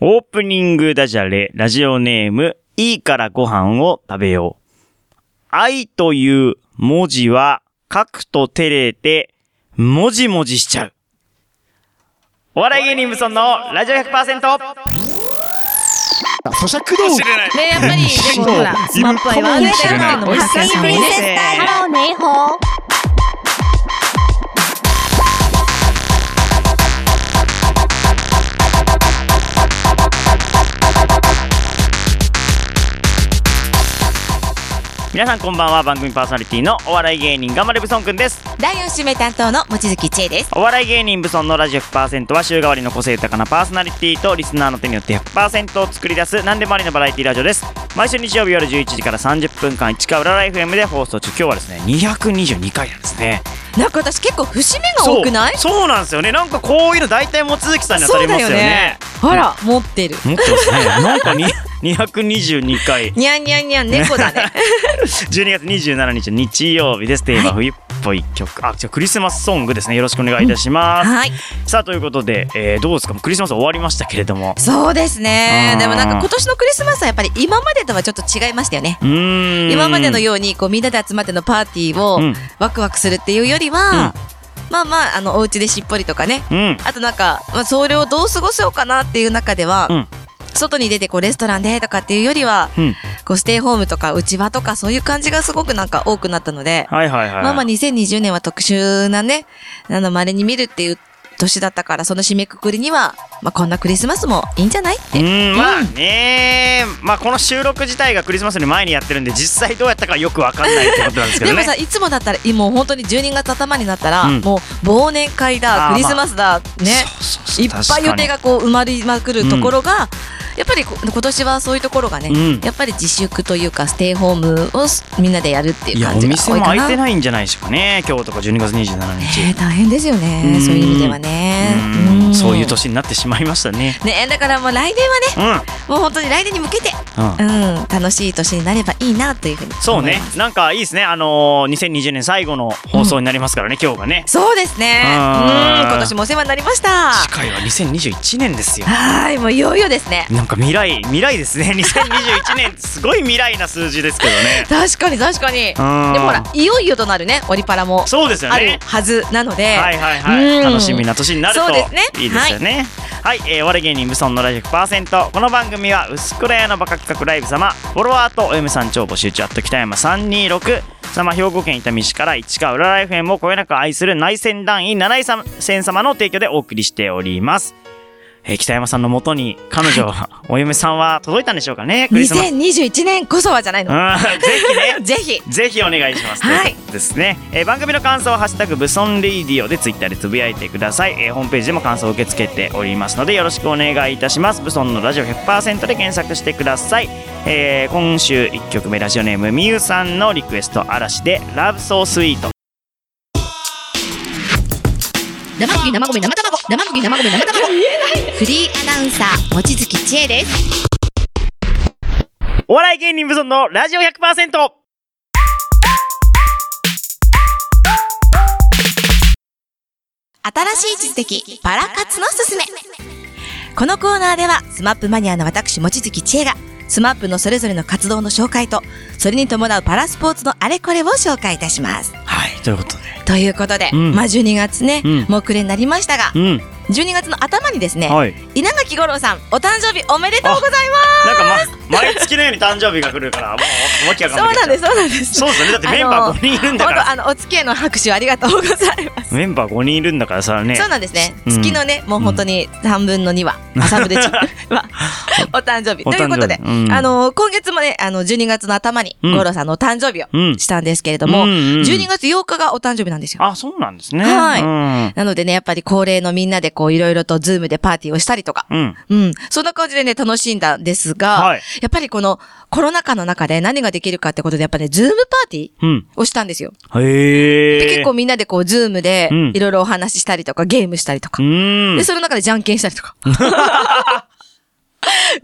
オープニングダジャレ、ラジオネーム、いいからご飯を食べよう。愛という文字は書くと照れて、もじもじしちゃう。お笑い芸人無尊のラジオ 100%! あ咀嚼道具れない。ねやっぱり、でもほら、スマップは言哦わないいるかけど、もお久サしニーぶプリりンでセスす。タイムハローネイホー皆さんこんばんは、番組パーソナリティのお笑い芸人、がまれぶそんくんです。第4週目担当の望月千恵ですお笑い芸人ブソンのラジオ100%は週替わりの個性豊かなパーソナリティとリスナーの手によって100%を作り出す何でもありのバラエティラジオです毎週日曜日夜11時から30分間市川裏ライフ M で放送中今日はですね222回なんですねなんか私結構節目が多くないそうそうなんですよねなんかこういうの大体望月さんに当たりますよねあら持ってる持ってますねなんかに222回にゃんにゃんにゃん猫だ ね12月27日日曜日ですテーマ冬っぽい曲あじゃあクリスマスソングですねよろしくお願いいたします、はいさあということで、えーどうですかもうクリスマス終わりましたけれどもそうですねうんでもなんか今年のクリスマスはやっぱり今までとはちょっと違いましたよねうーん今までのようにこうみんなで集まってのパーティーをうんワクワクするっていうよりは、まあまああのお家でしっぽりとかねうんあとなんか、まあ、それをどう過ごそうかなっていう中では、うん外に出てこうレストランでとかっていうよりは、うんこうステイホームとか内場とかそういう感じがすごくなんか多くなったので、はいはいはいまあまあ2020年は特殊なね、あの、稀に見るっていう年だったから、その締めくくりには、まあこんなクリスマスもいいんじゃないっうて。んまあねまあこの収録自体がクリスマスの前にやってるんで実際どうやったかよくわかんないってことなんですけでどもねさ、いつもだったら、もう本当に12月頭になったら、うんもう忘年会あーだ、まあクリスマスだ、ね、そうそうそういっぱい予定がこう埋まりまくるところが、やっぱりこ今年はそういうところがね、うんやっぱり自粛というかステイホームをすみんなでやるっていいうや感おじが店多いもか開いな。てないんじゃないでしょうかね今日とか12月27ねえ日大変ですよね、うんそういう意味ではね。うんんそういう年になってしまいましたねねえだからもう来年はね、うんもう本当に来年に向けて、うんうん、楽しい年になればいいなというふうに思います。そうねなんかいいですねあのー2020年最後の放送になりますからね今日がねそうですね。うん、あー今年もお世話になりました。次回は2021年ですよはーい、もういよいよですね。なんか未来未来ですね2021年すごい未来な数字ですけどね確かに確かに。でうんもほら、いよいよとなるね、オリパラもそうですよあねるはずなので、はいはいはい、うん楽しみな年になるそうですねといいですよね。はい、えー、我芸人無尊のラジオ100%この番組は薄倉屋のバカ企画ライブ様フォロワーとお嫁さん超募集中アット北山326様兵庫県伊丹市から市川浦ライフ園をこよなく愛する内戦団員七井さん戦様の提供でお送りしております。えー、北山さんのもとに彼女、お嫁さんは届いたんでしょうかねクリスマス。 2021年こそはじゃないの。うんぜひね ぜひ。ぜひお願いします。はということですね。えー番組の感想はハッシュタグブソンレイディオでツイッターでつぶやいてください。えーホームページでも感想を受け付けておりますのでよろしくお願いいたします。ブソンのラジオ100%で検索してください。えー今週1曲目ラジオネームみゆさんのリクエスト嵐でラブソースイート。生麦、生米、生卵。生麦、生米、生卵。フリーアナウンサー、望月千恵です。お笑い芸人ブソンのラジオ100%。新しい実績パラ活のすすめこのコーナーではスマップマニアの私望月千恵がスマップのそれぞれの活動の紹介とそれに伴うパラスポーツのあれこれを紹介いたしますはい、ということで。ということで、うんまあ12月ね、うんもう暮れになりましたがうん。 12月の頭にですね、はい。稲垣吾郎さんお誕生日おめでとうございなんか、ま、毎月のように誕生日が来るから、もう、わけわますかんなそいうなんですそそううなんですですよね。だってメンバー5人いるんだか本ら。当あのお付き合いの拍手ありがとうございますメンバー5人いるんだからさね。そうなんですね。うん月のね、もう本当に3分の2は、 あ3分で1は、お誕生日。お誕生日ということで、うんあのー、今月もね、あの、12月の頭に、うん五郎さんのお誕生日をうんしたんですけれども、うんうん12月8日がお誕生日なんですよ。あ、そうなんですね。はいい。なのでね、やっぱり恒例のみんなでこう、いろいろとズームでパーティーをしたりとか、うん。うん。うん、そんな感じでね、楽しんだんですが、はいやっぱりこのコロナ禍の中で何ができるかってことで、やっぱね、ズームパーティーうん。をしたんですよ。へえ。で、結構、みんなでこう、ズームでうん、いろいろお話ししたりとか、ゲームしたりとかう、ーん で、。その中でじゃんけんしたりとか。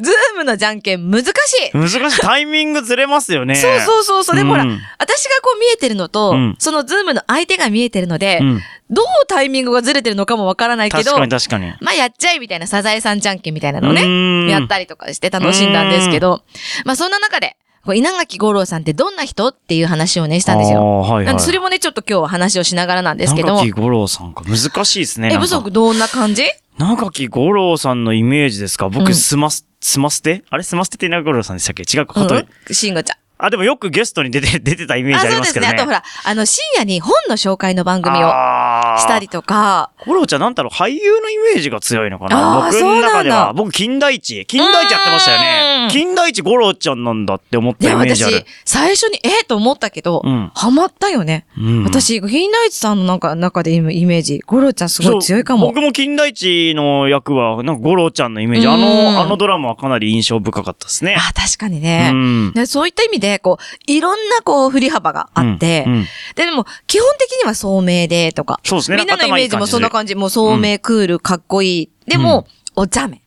ズームのじゃんけん難しい。難しい。タイミングずれますよね。そうそうそうそう。でもほら、うん私がこう見えてるのと、うんそのズームの相手が見えてるので、うんどうタイミングがずれてるのかもわからないけ確ど、かに確かに。まあやっちゃえみたいなサザエさんじゃんけんみたいなのをうーんね、やったりとかして楽しんだんですけど、まあそんな中で、こう稲垣吾郎さんってどんな人っていう話をね、したんですあーよ。はいはい。なんでそれもね、ちょっと今日は話をしながらなんですけども長、木五郎さんか。難しいですね。え、なんか不足どんな感じ長木五郎さんのイメージですかう僕、んすます、すますてあれすますてって長木五郎さんでしたっけ違うか、うほとんどん。慎吾ちゃん。あ、でもよくゲストに出て、出てたイメーあ、ジありそうまですすけね。どね。あとほら、あの、深夜に本の紹介の番組をあーしたりとか、五郎ちゃんなんだろう、俳優のイメージが強いのかあな僕の中ーでそうなんだは。僕、金田一。金田一やってましたようーね。ん金田一五郎ちゃんなんだって思っいたや、イメージあ私る。、最初に、えーと思ったけど、うんハマったよね。うん私、銀ライチさんのなんか中で今イメージ、ゴロちゃんすごい強いかそうも。僕も金田一の役は、なんか五郎ちゃんのイメージ。あうんの、あのドラマはかなり印象深かったですね。あ、確かにうね。ん。でそういった意味で、こう、いろんなこう、振り幅があって、うんうんで、でも、基本的には聡明で、とか。そうですねみんなのイ頭いメいージも感じでそんな感じ。もう聡明、クール、かっこいい。でも、お茶目。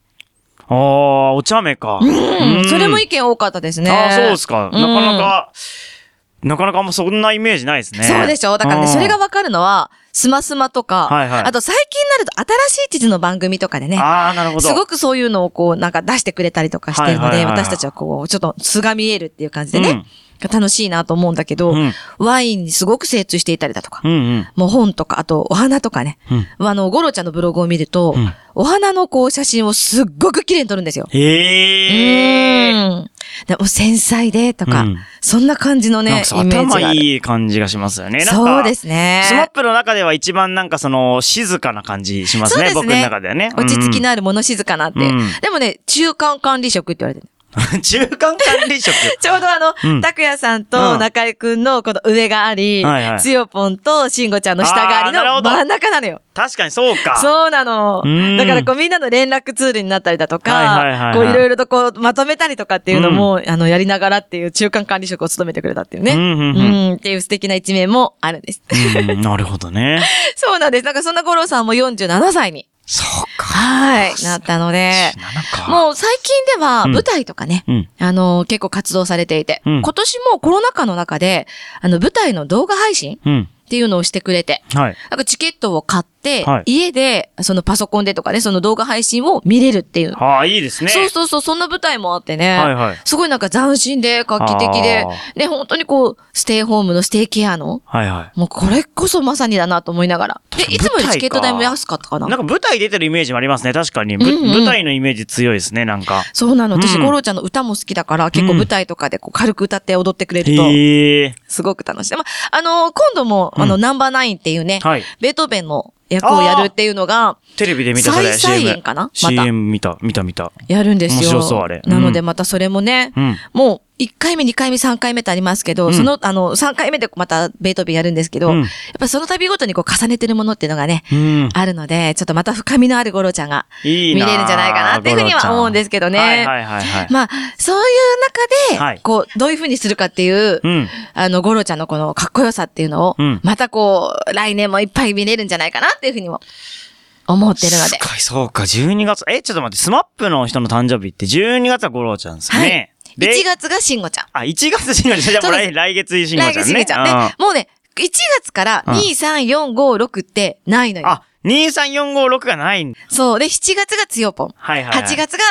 ああ、お茶目か。うんうんそれも意見多かったですね。ああ、そうですか。うなんかなか、なかなかあんまそんなイメージないですね。そうでしょだからね、うんそれがわかるのは、スマスマとか、はいはいあと最近になると新しい地図の番組とかでね、ああ、なるほど。すごくそういうのをこう、なんか出してくれたりとかしてるのはいで、はいはいはい私たちはこう、ちょっと素が見えるっていう感じでね、楽しいなと思うんだけど、うんワインにすごく精通していたりだとか、うんうん。もう本とか、あとお花とかね、あの、ゴロちゃんのブログを見ると、うんお花のこう、写真をすっごく綺麗に撮るんですよ。へえ。うん。でも繊細でとか、うんそんな感じなのんねか、さイメージ頭がある。いい感じがしますよね。なんかそうですね。スマップの中では一番なんかその静かな感じしますそうでね、すね僕の中ではね。落ち着きのあるもの静かなって。うんでもね、中間管理職って言われてる。うん。 中間管理職。 ちょうどあのう、ん拓、也、さんうとん中井くんのこの上があり、はいはいつよぽんとしんごちゃんの下があありーなるのほど真ん中なのよ。確かにそうか。そうなのう。んだからこうみんなの連絡ツールになったりだとか、はいはいはいはいこういろいろとこうまとめたりとかっていうのも、あの、やりながらっていう中間管理職を務めてくれたっていうね。うんうんうんうんっていう素敵な一面もあるんです。うんなるほどね。そうなんです。なんかそんな五郎さんも47歳に、そうか。はい、なったので、 7か。もう最近ではうん舞台とかね、うんあの、結構活動されていて、うん今年もコロナ禍の中で、あの、舞台の動画配信うん。っていうのをしてくれて、はい。なんかチケットを買って、はい家で、そのパソコンでとかね、その動画配信を見れるっていう。ああ、いいですね。そうそうそう、そんな舞台もあってね。はいはいすごいなんか斬新で、画期的であ、ね、本当にこう、ステイホームのステイケアの、はいはい。もうこれこそまさにだなと思いながら。で、いつもよりチケット代も安かったかな。なんか舞台出てるイメージもありますね。確かに。ぶうんうん舞台のイメージ強いですね、なんか。そうなの。私、うんゴロちゃんの歌も好きだから、結構舞台とかでこう軽く歌って踊ってくれると、へえ。すごく楽しい。まあ、あのー今度も、あの、ナンバーナインっていうね、はいベートーベンの役をやるっていうのが、テレビで見たそれ、再再演 CM。かなまた CM 見た、見た見た。やるんです面よ。白そうあれうんなので、またそれもね、うんもう、1回目、2回目、3回目とありますけど、うんその、あの、3回目でまたベートーベンやるんですけど、うんやっぱその度ごとにこう重ねてるものっていうのがね、うん。あるので、ちょっとまた深みのあるゴロちゃんがい見いれなるんじゃないかなっていうふうにゴロちゃは思うんですけどね。はいはいはいはい。まあ、そういう中はでい、こう、どういうふうにするかっていう、うんあの、ゴロちゃんのこのかっこよさっていうのを、うんまたこう、来年もいっぱい見れるんじゃないかなっていうふうにも思ってるのすで。ごい、そうか、12月。え、ちょっと待って、スマップの人の誕生日って12月は五郎ちゃんですよね。 1で、月がしんごちゃん。あ、1月しんごちゃん。じゃあもうそう来です来月しんごちゃんね。しんごちゃんねう。もうね、1月からうん2、3、4、5、6ってないのよ。あ、23456がないんだ。そう。で、7月がつよぽん。はいはいはい8月が、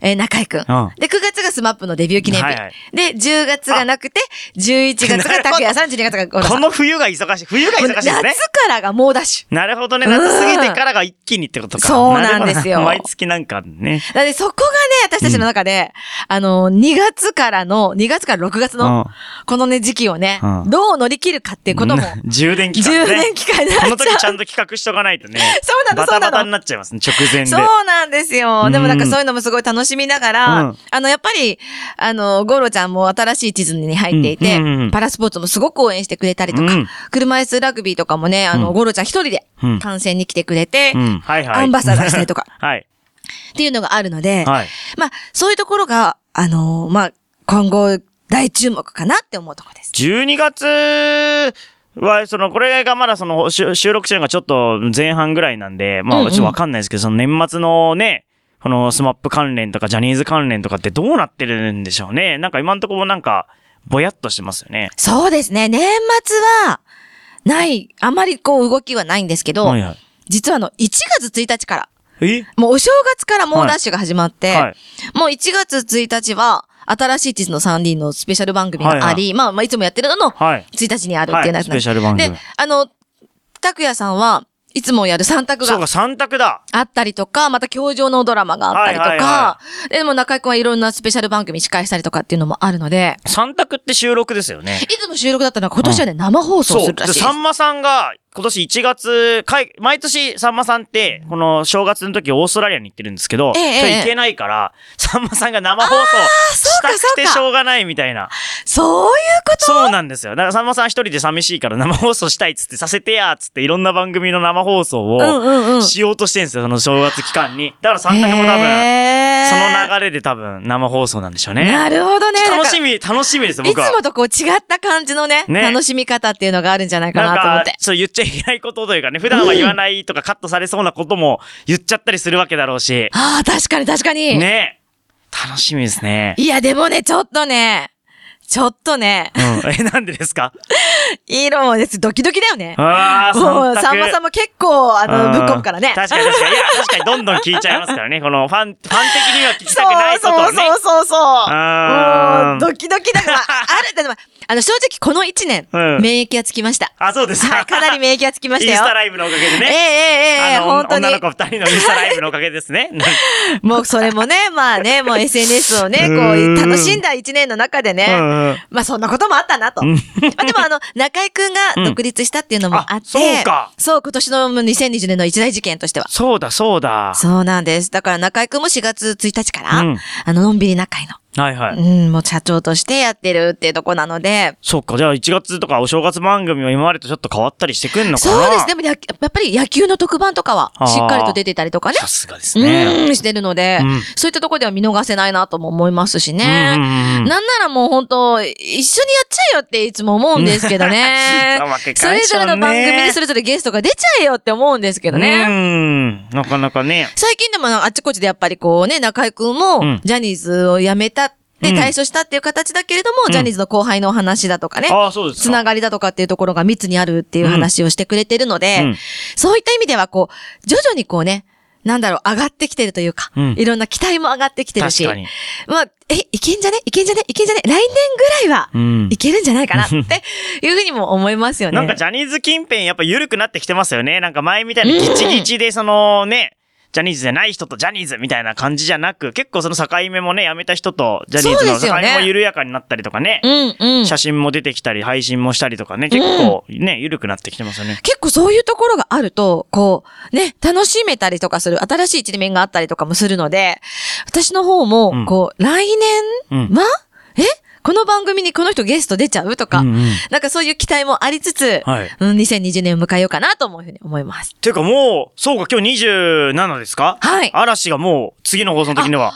えー中井くん。んで、9月がスマップのデビュー記念日。はいはいで、10月がなくて、11 月が拓也さん、12月がゴロさこん。の冬が忙しい。冬が忙しいです夏ね。からが猛ダッシュ。なるほどね。夏過ぎてからが一気にってことか。そうなんですよるほどな 毎月なんかね。だってそこがね、私たちの中で、あの、2月からの、2月から6月うのん、このね、時期をね、うんどう乗り切るかっていうことも、うん充電期充間ね。電期間になっこのちゃ時う。ちゃんと企画しとかないとね。 そうなバのタそうなのバタになっちゃいますね、直前で。そうなんですよ。でもなんかそういうのもすごい楽しみながら、うんあの、やっぱり、あの、ゴロちゃんも新しい地図に入っていて、うんうんうんうんパラスポーツもすごく応援してくれたりとか、うん車椅子ラグビーとかもね、あの、うんゴロちゃん一人でうん観戦に来てくれて、うん。はいはい。アンバサダーしたりとか はい。っていうのがあるので、はい。まあ、そういうところが、あのーまあ、今後、大注目かなって思うところです。 12月は、その、これがまだその、収収録してるのがちょっと前半ぐらいなんで、まうんうあ、んちょっとわかんないですけど、その年末のね、このスマップ関連とかジャニーズ関連とかってどうなってるんでしょうね。なんか今のところなんか、ぼやっとしてますよね。そうですね。年末は、ない、あまりこう動きはないんですけど、はいは実はあの、1月1日から、い。えもうお正月から猛ダッシュが始まって、はい。もう1月1日は、新しい地図の3人のスペシャル番組があり、はいはまあ、まあ、いつもやってるのの、はい。 1日にあるっていは、うないスペシャル番組で。、あの、拓也さんはいつもやる3択そうがか、三択だ。あったりとか、また教場のドラマがあったりとか、はいはいはでも中井くんはいろんなスペシャル番組司会したりとかっていうのもあるので、三択って収録ですよね。いつも収録だったのは今年はね、生放送するらしでいです。さんまさんが、今年1月、かい毎年さんまさんって、この正月の時オーストラリアに行ってるんですけど、ええそええれ行けないから、さんまさんが生放送そうしたかくてそうかしょうがないみたいな。そういうことそうなんですよ。だからさんまさん一人で寂しいから生放送したいっつってさせてやーっつっていろんな番組の生放送うんをうんうん。しようとしてるんですよ、その正月期間に。だから三択も多分、へーその流れで多分生放送なんでしょうね。なるほどね。楽しみ。み、楽しみです、いつ僕は。もとこう違った感じのねね楽しみ方っていうのがあるんじゃないかなんなと思っかて、。そう言っちゃいけないことというかね、普段は言わないとかカットされそうなことも言っちゃったりするわけだろうし。ああ、確かに確かに。ね楽しみですね。いや、でもね、ちょっとね、ちょっとね、うん。え、なんでですか色もです。ドキドキだよね。ああ、も三う択さんまさんも結構、あうの、んぶっ込むからね。確かに確かに。いや、確かにどんどん聞いちゃいますからね。このファン、ファン的には聞きたくないことをね。そうそうそうそう。あもう、ードキドキだから、ある、でも、あの、正直この1年、うん免疫がつき ました。あ、そうですはい、かなり免疫がつきましインスタたよ。ライブのおかげでええね。ええええあの、本当に女。の子二人のインスタライブのおかげですね。 なんかもうそれもね、 まあね、もう SNS をね、こうう、ん楽しんだ1年の中でね、うんうんまあそんなこともあったなと。まあでもあの、中井くんが独立したっていうのもあって、うんあそうかそう今年の2020年の一大事件としては。そうだ、そうだ。そうなんです。だから中井くんも4月1日から、うんあの、のんびり仲井の、はいはい。うん、もう社長としてやってるっていうとこなので、そっか、じゃあ1月とかお正月番組は今までとちょっと変わったりしてくんのかなそうです。でもややっぱり野球の特番とかはあーしっかりと出てたりとかねさ。すがですね。うん、してるので、うんそういったとこでは見逃せないなとも思いますしね。うんうんうんなんならもう本当、一緒にやっちゃえよっていつも思うんですけど ねうまく。いそかないれでしぞょうれねの番組でそれぞれゲストが出ちゃえよって思うんですけどね。うん。なかなかね。最近でもあっちこっちでやっぱりこうね、中居くんもうんジャニーズを辞めたってうん退所したっていう形だけれども、んジャニーズの後輩のお話だとかね。ああ、そうですか。つながりだとかっていうところが密にあるっていう話をしてくれてるので、うんそういった意味ではこう、徐々にこうね、なんだろう、上がってきてるというか、うんいろんな期待も上がってきてるし、確かに。まあ、え、いけんじゃねいけんじゃねいけんじゃね来年ぐらいは、うんい。けるんじゃないかなっていうふうにも思いますよね。なんかジャニーズ近辺やっぱ緩くなってきてますよね。なんか前みたいにギチギチでそのね、ジャニーズじゃない人とジャニーズみたいな感じじゃなく、結構その境目もね、やめた人とジャニーズそうのです境よね目も緩やかになったりとかね。うんうん。写真も出てきたり、配信もしたりとかね、結構ね、緩くなってきてますよね。結構そういうところがあると、こう、ね、楽しめたりとかする、新しい一面があったりとかもするので、私の方うも、んこう、来年うんは、えこの番組にこの人ゲスト出ちゃうとか、うんうん なんかそういう期待もありつつ、はいうん、2020年を迎えようかなと思うふうに思います。ていうかもう、そうか、今日27ですかはい嵐がもう、次の放送の時には、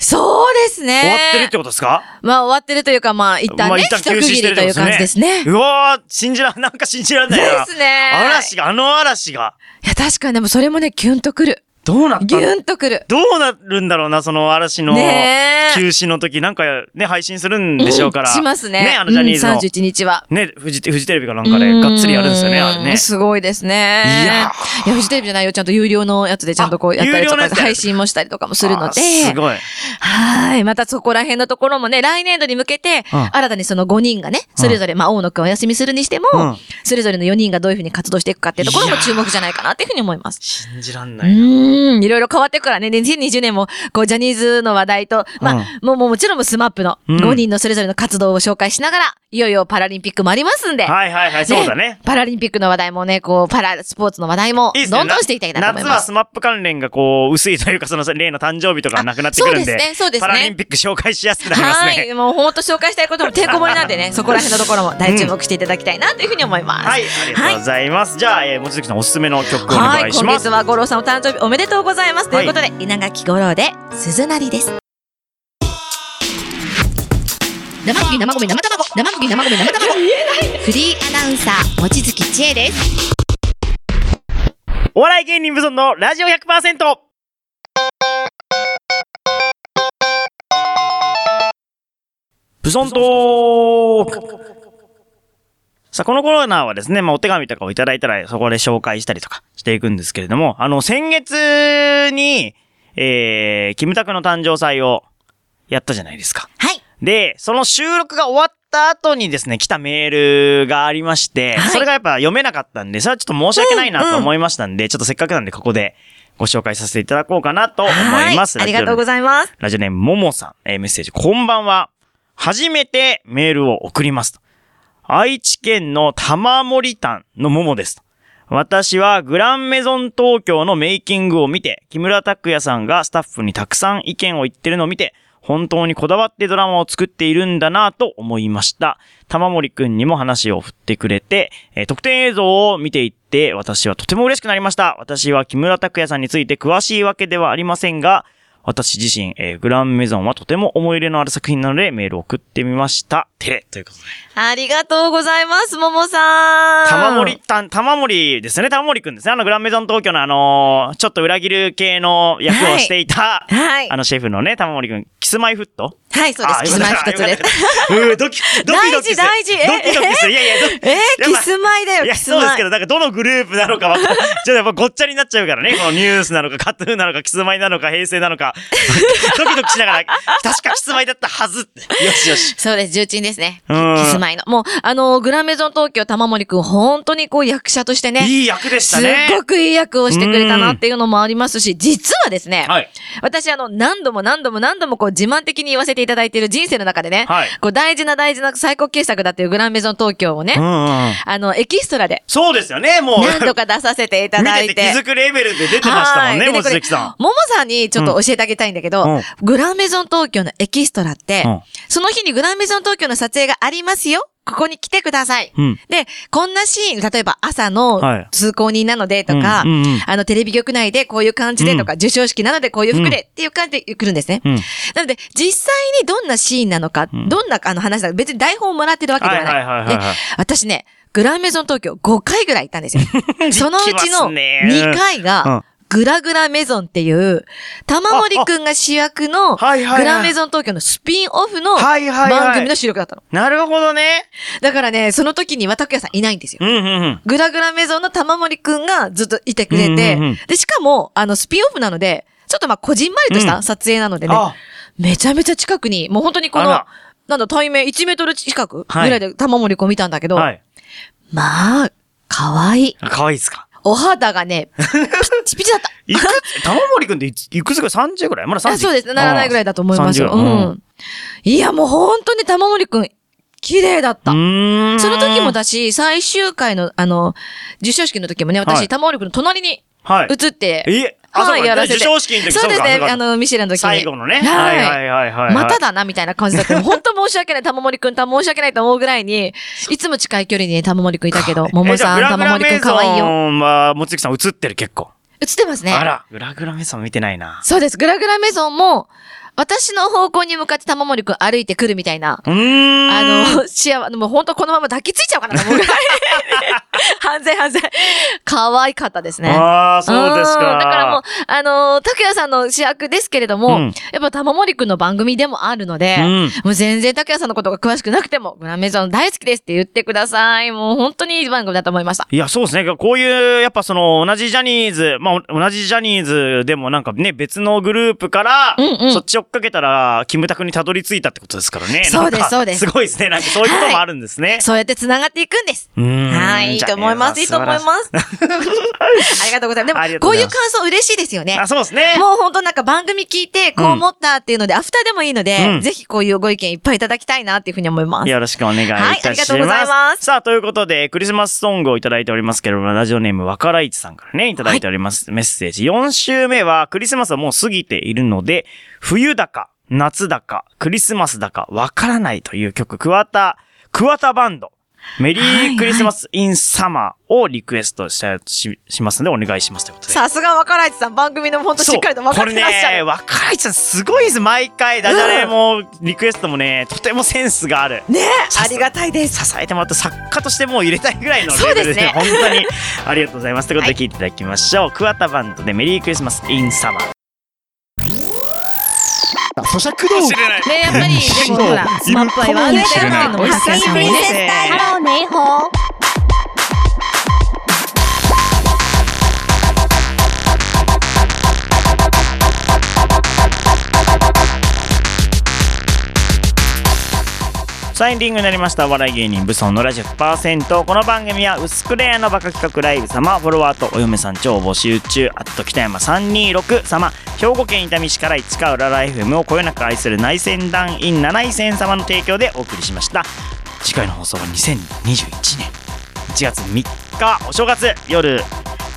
そうですね。終わってるってことですかまあ終わってるというか、まあ一旦ね、一区切りという感じですね。うわー、信じらん、なん か信じらんないな。ですね嵐が、あの嵐が、いや、確かにでもそれもね、キュンとくる。どうなったギのュンとくる。どうなるんだろうな、その嵐の、ねえ休止の時、なんかね、配信するんでしょうから。しますね。ね、あのジャニーズうのん、。31日は。ね、フジ、フジテレビかなんかで、がっつりやるんですよね、あれうーんね。すごいですね。いやいや、フジテレビじゃないよ。ちゃんと有料のやつでちゃんとこうやったりとあ有料のか、やつだよ配信もしたりとかもするのあで。すごい。はい。またそこら辺のところもね、来年度に向けて、うん新たにその5人がね、それぞれ、まあ、大野くんお休みするにしても、うんそれぞれの4人がどういうふうに活動していくかっていうところもいやー注目じゃないかなっていうふうに思います。信じらんうないな。ーん、いろいろ変わっていくからね、2020年も、こう、ジャニーズの話題と、まあ、もう、もうもちろんスマップのうん5人のそれぞれの活動を紹介しながら、いよいよパラリンピックもありますんで、はいはいはい、そうだね。パラリンピックの話題もね、こう、パラスポーツの話題もいいっ、すねどんどんしていきたいなと思い夏まはす。スマップ関連がこう、薄いというか、その例の誕生日とかなくなってくるんで、あそうですねそうですねパラリンピック紹介しやすくなりますはね。い。もうほんと紹介したいこともてんこ盛りなんで ね、そこら辺のところも大注目していただきたいなというふうに思います。はい、ありがとうございます。じゃあ、えー、望月さんおすすめの曲をお願いし今ま月す。は五郎さんお誕生日おめでとうございます。はいということで、稲垣五郎で、鈴なりです。生麦生米生卵生麦生米生卵フリーアナウンサー望月千恵ですお笑い芸人無存のラジオ100%。ブソントークさあ、このコーナーはですね、まあ、お手紙とかをいただいたら、そこで紹介したりとかしていくんですけれども、あの、先月に、えー、キムタクの誕生祭をやったじゃないですか。はい。で、その収録が終わった後にですね、来たメールがありまして、はいそれがやっぱ読めなかったんで、それはちょっと申し訳ないなと思いましたんで、ちょっとせっかくなんでここでご紹介させていただこうかなと思います。はいありがとうございます。ラジオネームももさん、えーメッセージ、こんばんは。初めてメールを送りますと。愛知県の玉森丹のももですと。私はグランメゾン東京のメイキングを見て、木村拓哉さんがスタッフにたくさん意見を言ってるのを見て、本当にこだわってドラマを作っているんだなぁと思いました。玉森くんにも話を振ってくれて、えー特典映像を見ていって、私はとても嬉しくなりました。私は木村拓哉さんについて詳しいわけではありませんが、私自身、えーグランメゾンはとても思い入れのある作品なので、メールを送ってみました。てれということで。ありがとうございます、ももさん。玉森たん、玉森ですね。玉森くんですね。あの、グランメゾン東京のあのーちょっと裏切る系の役をしていた、はいあ。のシェフのね、玉森くん、キスマイフットはい、そうです。キスマイ二つです。す。 うードキ、ドキドキする。大事大事えドキドキする。いやい や、ドキえー、いキやスマイだよ、いや、キスそうですマけイ。ど、なんかどのグループなのかわかんない。ちょっとやっぱごっちゃになっちゃうからね。このニュースなのか、カトゥーンなのか、キスマイなのか、平成なのか。 ドキドキしながら、確かキスマイだったはずって。よしよし。そうです、重鎮ですね。うんキスマイの。もう、あの、グランメゾン東京玉森くん、本当にこう役者としてね。いい役でしたすね。っごくいい役をしてくれたなっていうのもありますし、実はですね、はい。私あの、何度も何度も何度もこう自慢的に言わせていただいている人生の中でね、はいこう大事な大事な最高傑作だっていうグランメゾン東京をね、うんうん。あの、エキストラでそうですよね、もう。何度か出させていた見だていてて。気づくレベルで出てましたもんはね、い望でね月さこれももさんにちょっと教えてあげたいんだけど、うんグランメゾン東京のエキストラって、うんその日にグランメゾン東京の撮影がありますよ。ここに来てください。ん。うん。で、こんなシーン、例えば朝のはい通行人なのでとか、うんうんうんあのテレビ局内でこういう感じでとか、授賞式なのでこういう服でっていう感じで来るんですね。うんなので、実際にどんなシーンなのか、んどんなあの話なのか、別に台本をもらってるわけではない。はいはいはいはいはいで私ね、グランメゾン東京5回ぐらい行った んですよ。そのうちの2回うんが、グラグラメゾンっていう、玉森くんが主役の、グはいはいはいランメゾン東京のスピンオフのはいはいはい番組の収録だったの。なるほどね。だからね、その時に拓也さんいないんですよう。んうんうん。グラグラメゾンの玉森くんがずっといてくれて、うんうんうんで、しかも、あの、スピンオフなので、ちょっとまあ、こじんまりとしうんた撮影なのでね、あめちゃめちゃ近くに、もう本当にこあのら、なんだ、対面1メートル近くぐはいらいで玉森くん見たんだけど、はい。まあ、可愛いかわいいですかお肌 がね、ピッチピチだった。いくつ、 玉森くんっていついくつぐらい ?30 ぐらいまだ30あそうです。ならないぐらいだと思いますよ。 30ううんん。いや、もう本当に玉森くん、綺麗だった。うーんその時も、だし、最終回の、あの、授賞式の時もね、私、はい玉森くんの隣にはい。映って、え、あ、はそうい、かやらせて。授賞式の時そうですかね。かあの、ミシェラの時に。最後のね。ははいい。はいはいはい。まただな、みたいな感じだったけど、本当申し訳ない、玉森くん、た申し訳ないと思うぐらいに、いつも近い距離にね玉森くんいた けど、ももさん、玉森くん可愛いよ。よ。まあ、もつきさん映ってる結構。映ってますね。あら、グラグラメゾン見てないな。そうです。グラグラメゾンも、私の方向に向かって玉森くん歩いてくるみたいな。うーん。あの、幸せ、もう本当このまま抱きついちゃおうかなと思うぐらい。 犯罪犯罪。可愛かったですね。ああ、そうですか。んだからもう、あのー、拓也さんの主役ですけれどうも、んやっぱ玉森くんの番組でもあるので、うんもう全然拓也さんのことが詳しくなくても、グランメゾン大好きですって言ってください。もう本当にいい番組だと思いました。いや、そうですね。こういう、やっぱその、同じジャニーズ、まあ、お同じジャニーズでもなんかね、別のグループから、うんうんそっち追っかけたら、キムタクにたどり着いたってことですからね。そうでなすんかそうですすごいですね。なんかそういうこともあるんですね。そうやって繋がっていくんです。うーんはい、いいと思います。いいと思いす。ます。 ありがとうございます。ありでがとも、うこごうざいいうます感想嬉しいですよね。あ、そうですね。もう本当なんか番組聞いて、こう思ったっていうので、アフターでもいいので、うんぜひこういうご意見いっぱいいただきたいなっていうふうに思います。よろしくお願いいたします。はいありがとうございますさあ、ということで、クリスマスソングをいただいておりますけれども、ラジオネームわからいちさんからね、いただいております、メッセージ。4週目は、クリスマスはもう過ぎているので、冬だか、夏だか、クリスマスだか、わからないという曲、クワタ、クワタバンド。メリークリスマスインサマーをリクエストしたししますので、お願いしますということで。さすが若林さん、番組の本当しっかりと分かってらっしゃる。そうこれね、若いちゃんすごいです、毎回。ダジャレうんも、リクエストもね、とてもセンスがある。ねえさありがたいです。支えてもらった作家としてもう入れたいぐらいのそうですね本当 にありがとうございますということで聞いていただきましょう、桑田バンドでメリークリスマスインサマー咀咀嚼道知れない。ね、やっぱり、 でもほら、スマップ愛はあるんだよっていうのも、いるはかもしれないっさお久しんもぶりですね。ハローネイホー。さあエンディングになりましたお笑い芸人武装のラジオ100%この番組は薄くレアのバカ企画ライブ様フォロワーとお嫁さん超募集中あと北山326様兵庫県伊丹市から市川浦ライフ M をこよなく愛する内戦団員七井戦様の提供でお送りしました次回の放送は2021年1月3日お正月夜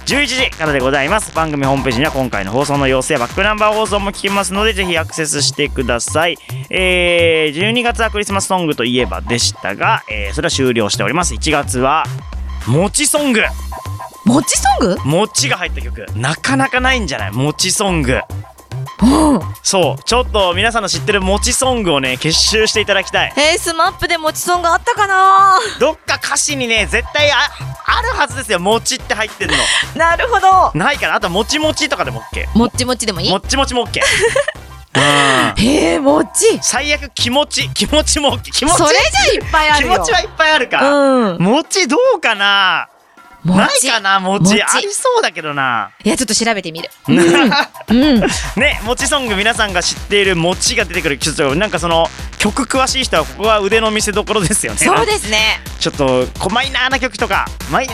11時からでございます番組ホームページには今回の放送の様子やバックナンバー放送も聞けますのでぜひアクセスしてくださいえー、12月はクリスマスソングといえばでしたが、えーそれは終了しております1月は餅ソングもちソング餅が入った曲なかなかないんじゃない餅ソングうん。そうちょっと皆さんの知ってる餅ソングをね結集していただきたいえー、スマップでもちソングあったかなどっか歌詞にね絶対ああるはずですよ餅って入ってるの なるほど。ないからあともちもちとかでも OK もっちもちでもいいもっちもちも OK うんへえ、もち。最悪気持ち気持ちも OK 気持ちそれじゃいっぱいあ気るよ。持ちはいっぱいあるか、うん。もちどうかなもないち。かなももちちありそうだけどないや、ちょっと調べてみる。ねうん。もちソング皆さんが知っているもちが出てくるちょっとなんかその曲詳しい人はここは腕の見せ所ですよねそうですね。 ちょっとこマイナーな曲とかマイうん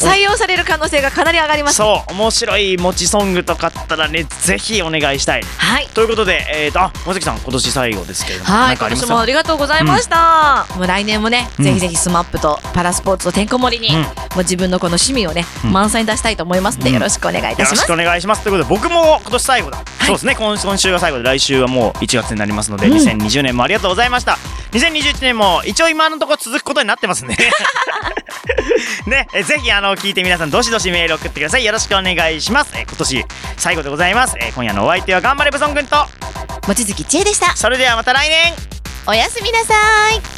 採用される可能性がかなり上がります。そう面白いもちソングとかあったらねぜひお願いしたいはい。ということでえっ、とあまさきさん今年最後ですけれどもは、ないんかあり今ま年すもかありがとうございました。もう来年もね、うんぜひぜひスマップとパラスポーツとてんこ盛りに、うんもう自分のこの趣味をね、うん満載に出したいと思いますので、うんよろしくお願いいたよろしましす。くお願いしますということで僕も今年最後だ、そうですね今今週が最後で来週はもう1月になりますので、2020年もありがとうございました2021年も一応今のところ続くことになってますねねえぜひあの聞いて皆さんどしどしメール送ってくださいよろしくお願いしますえ今年最後でございますえ今夜のお相手は頑張れブソン君と望月千恵でした。それではまた来年おやすみなさい。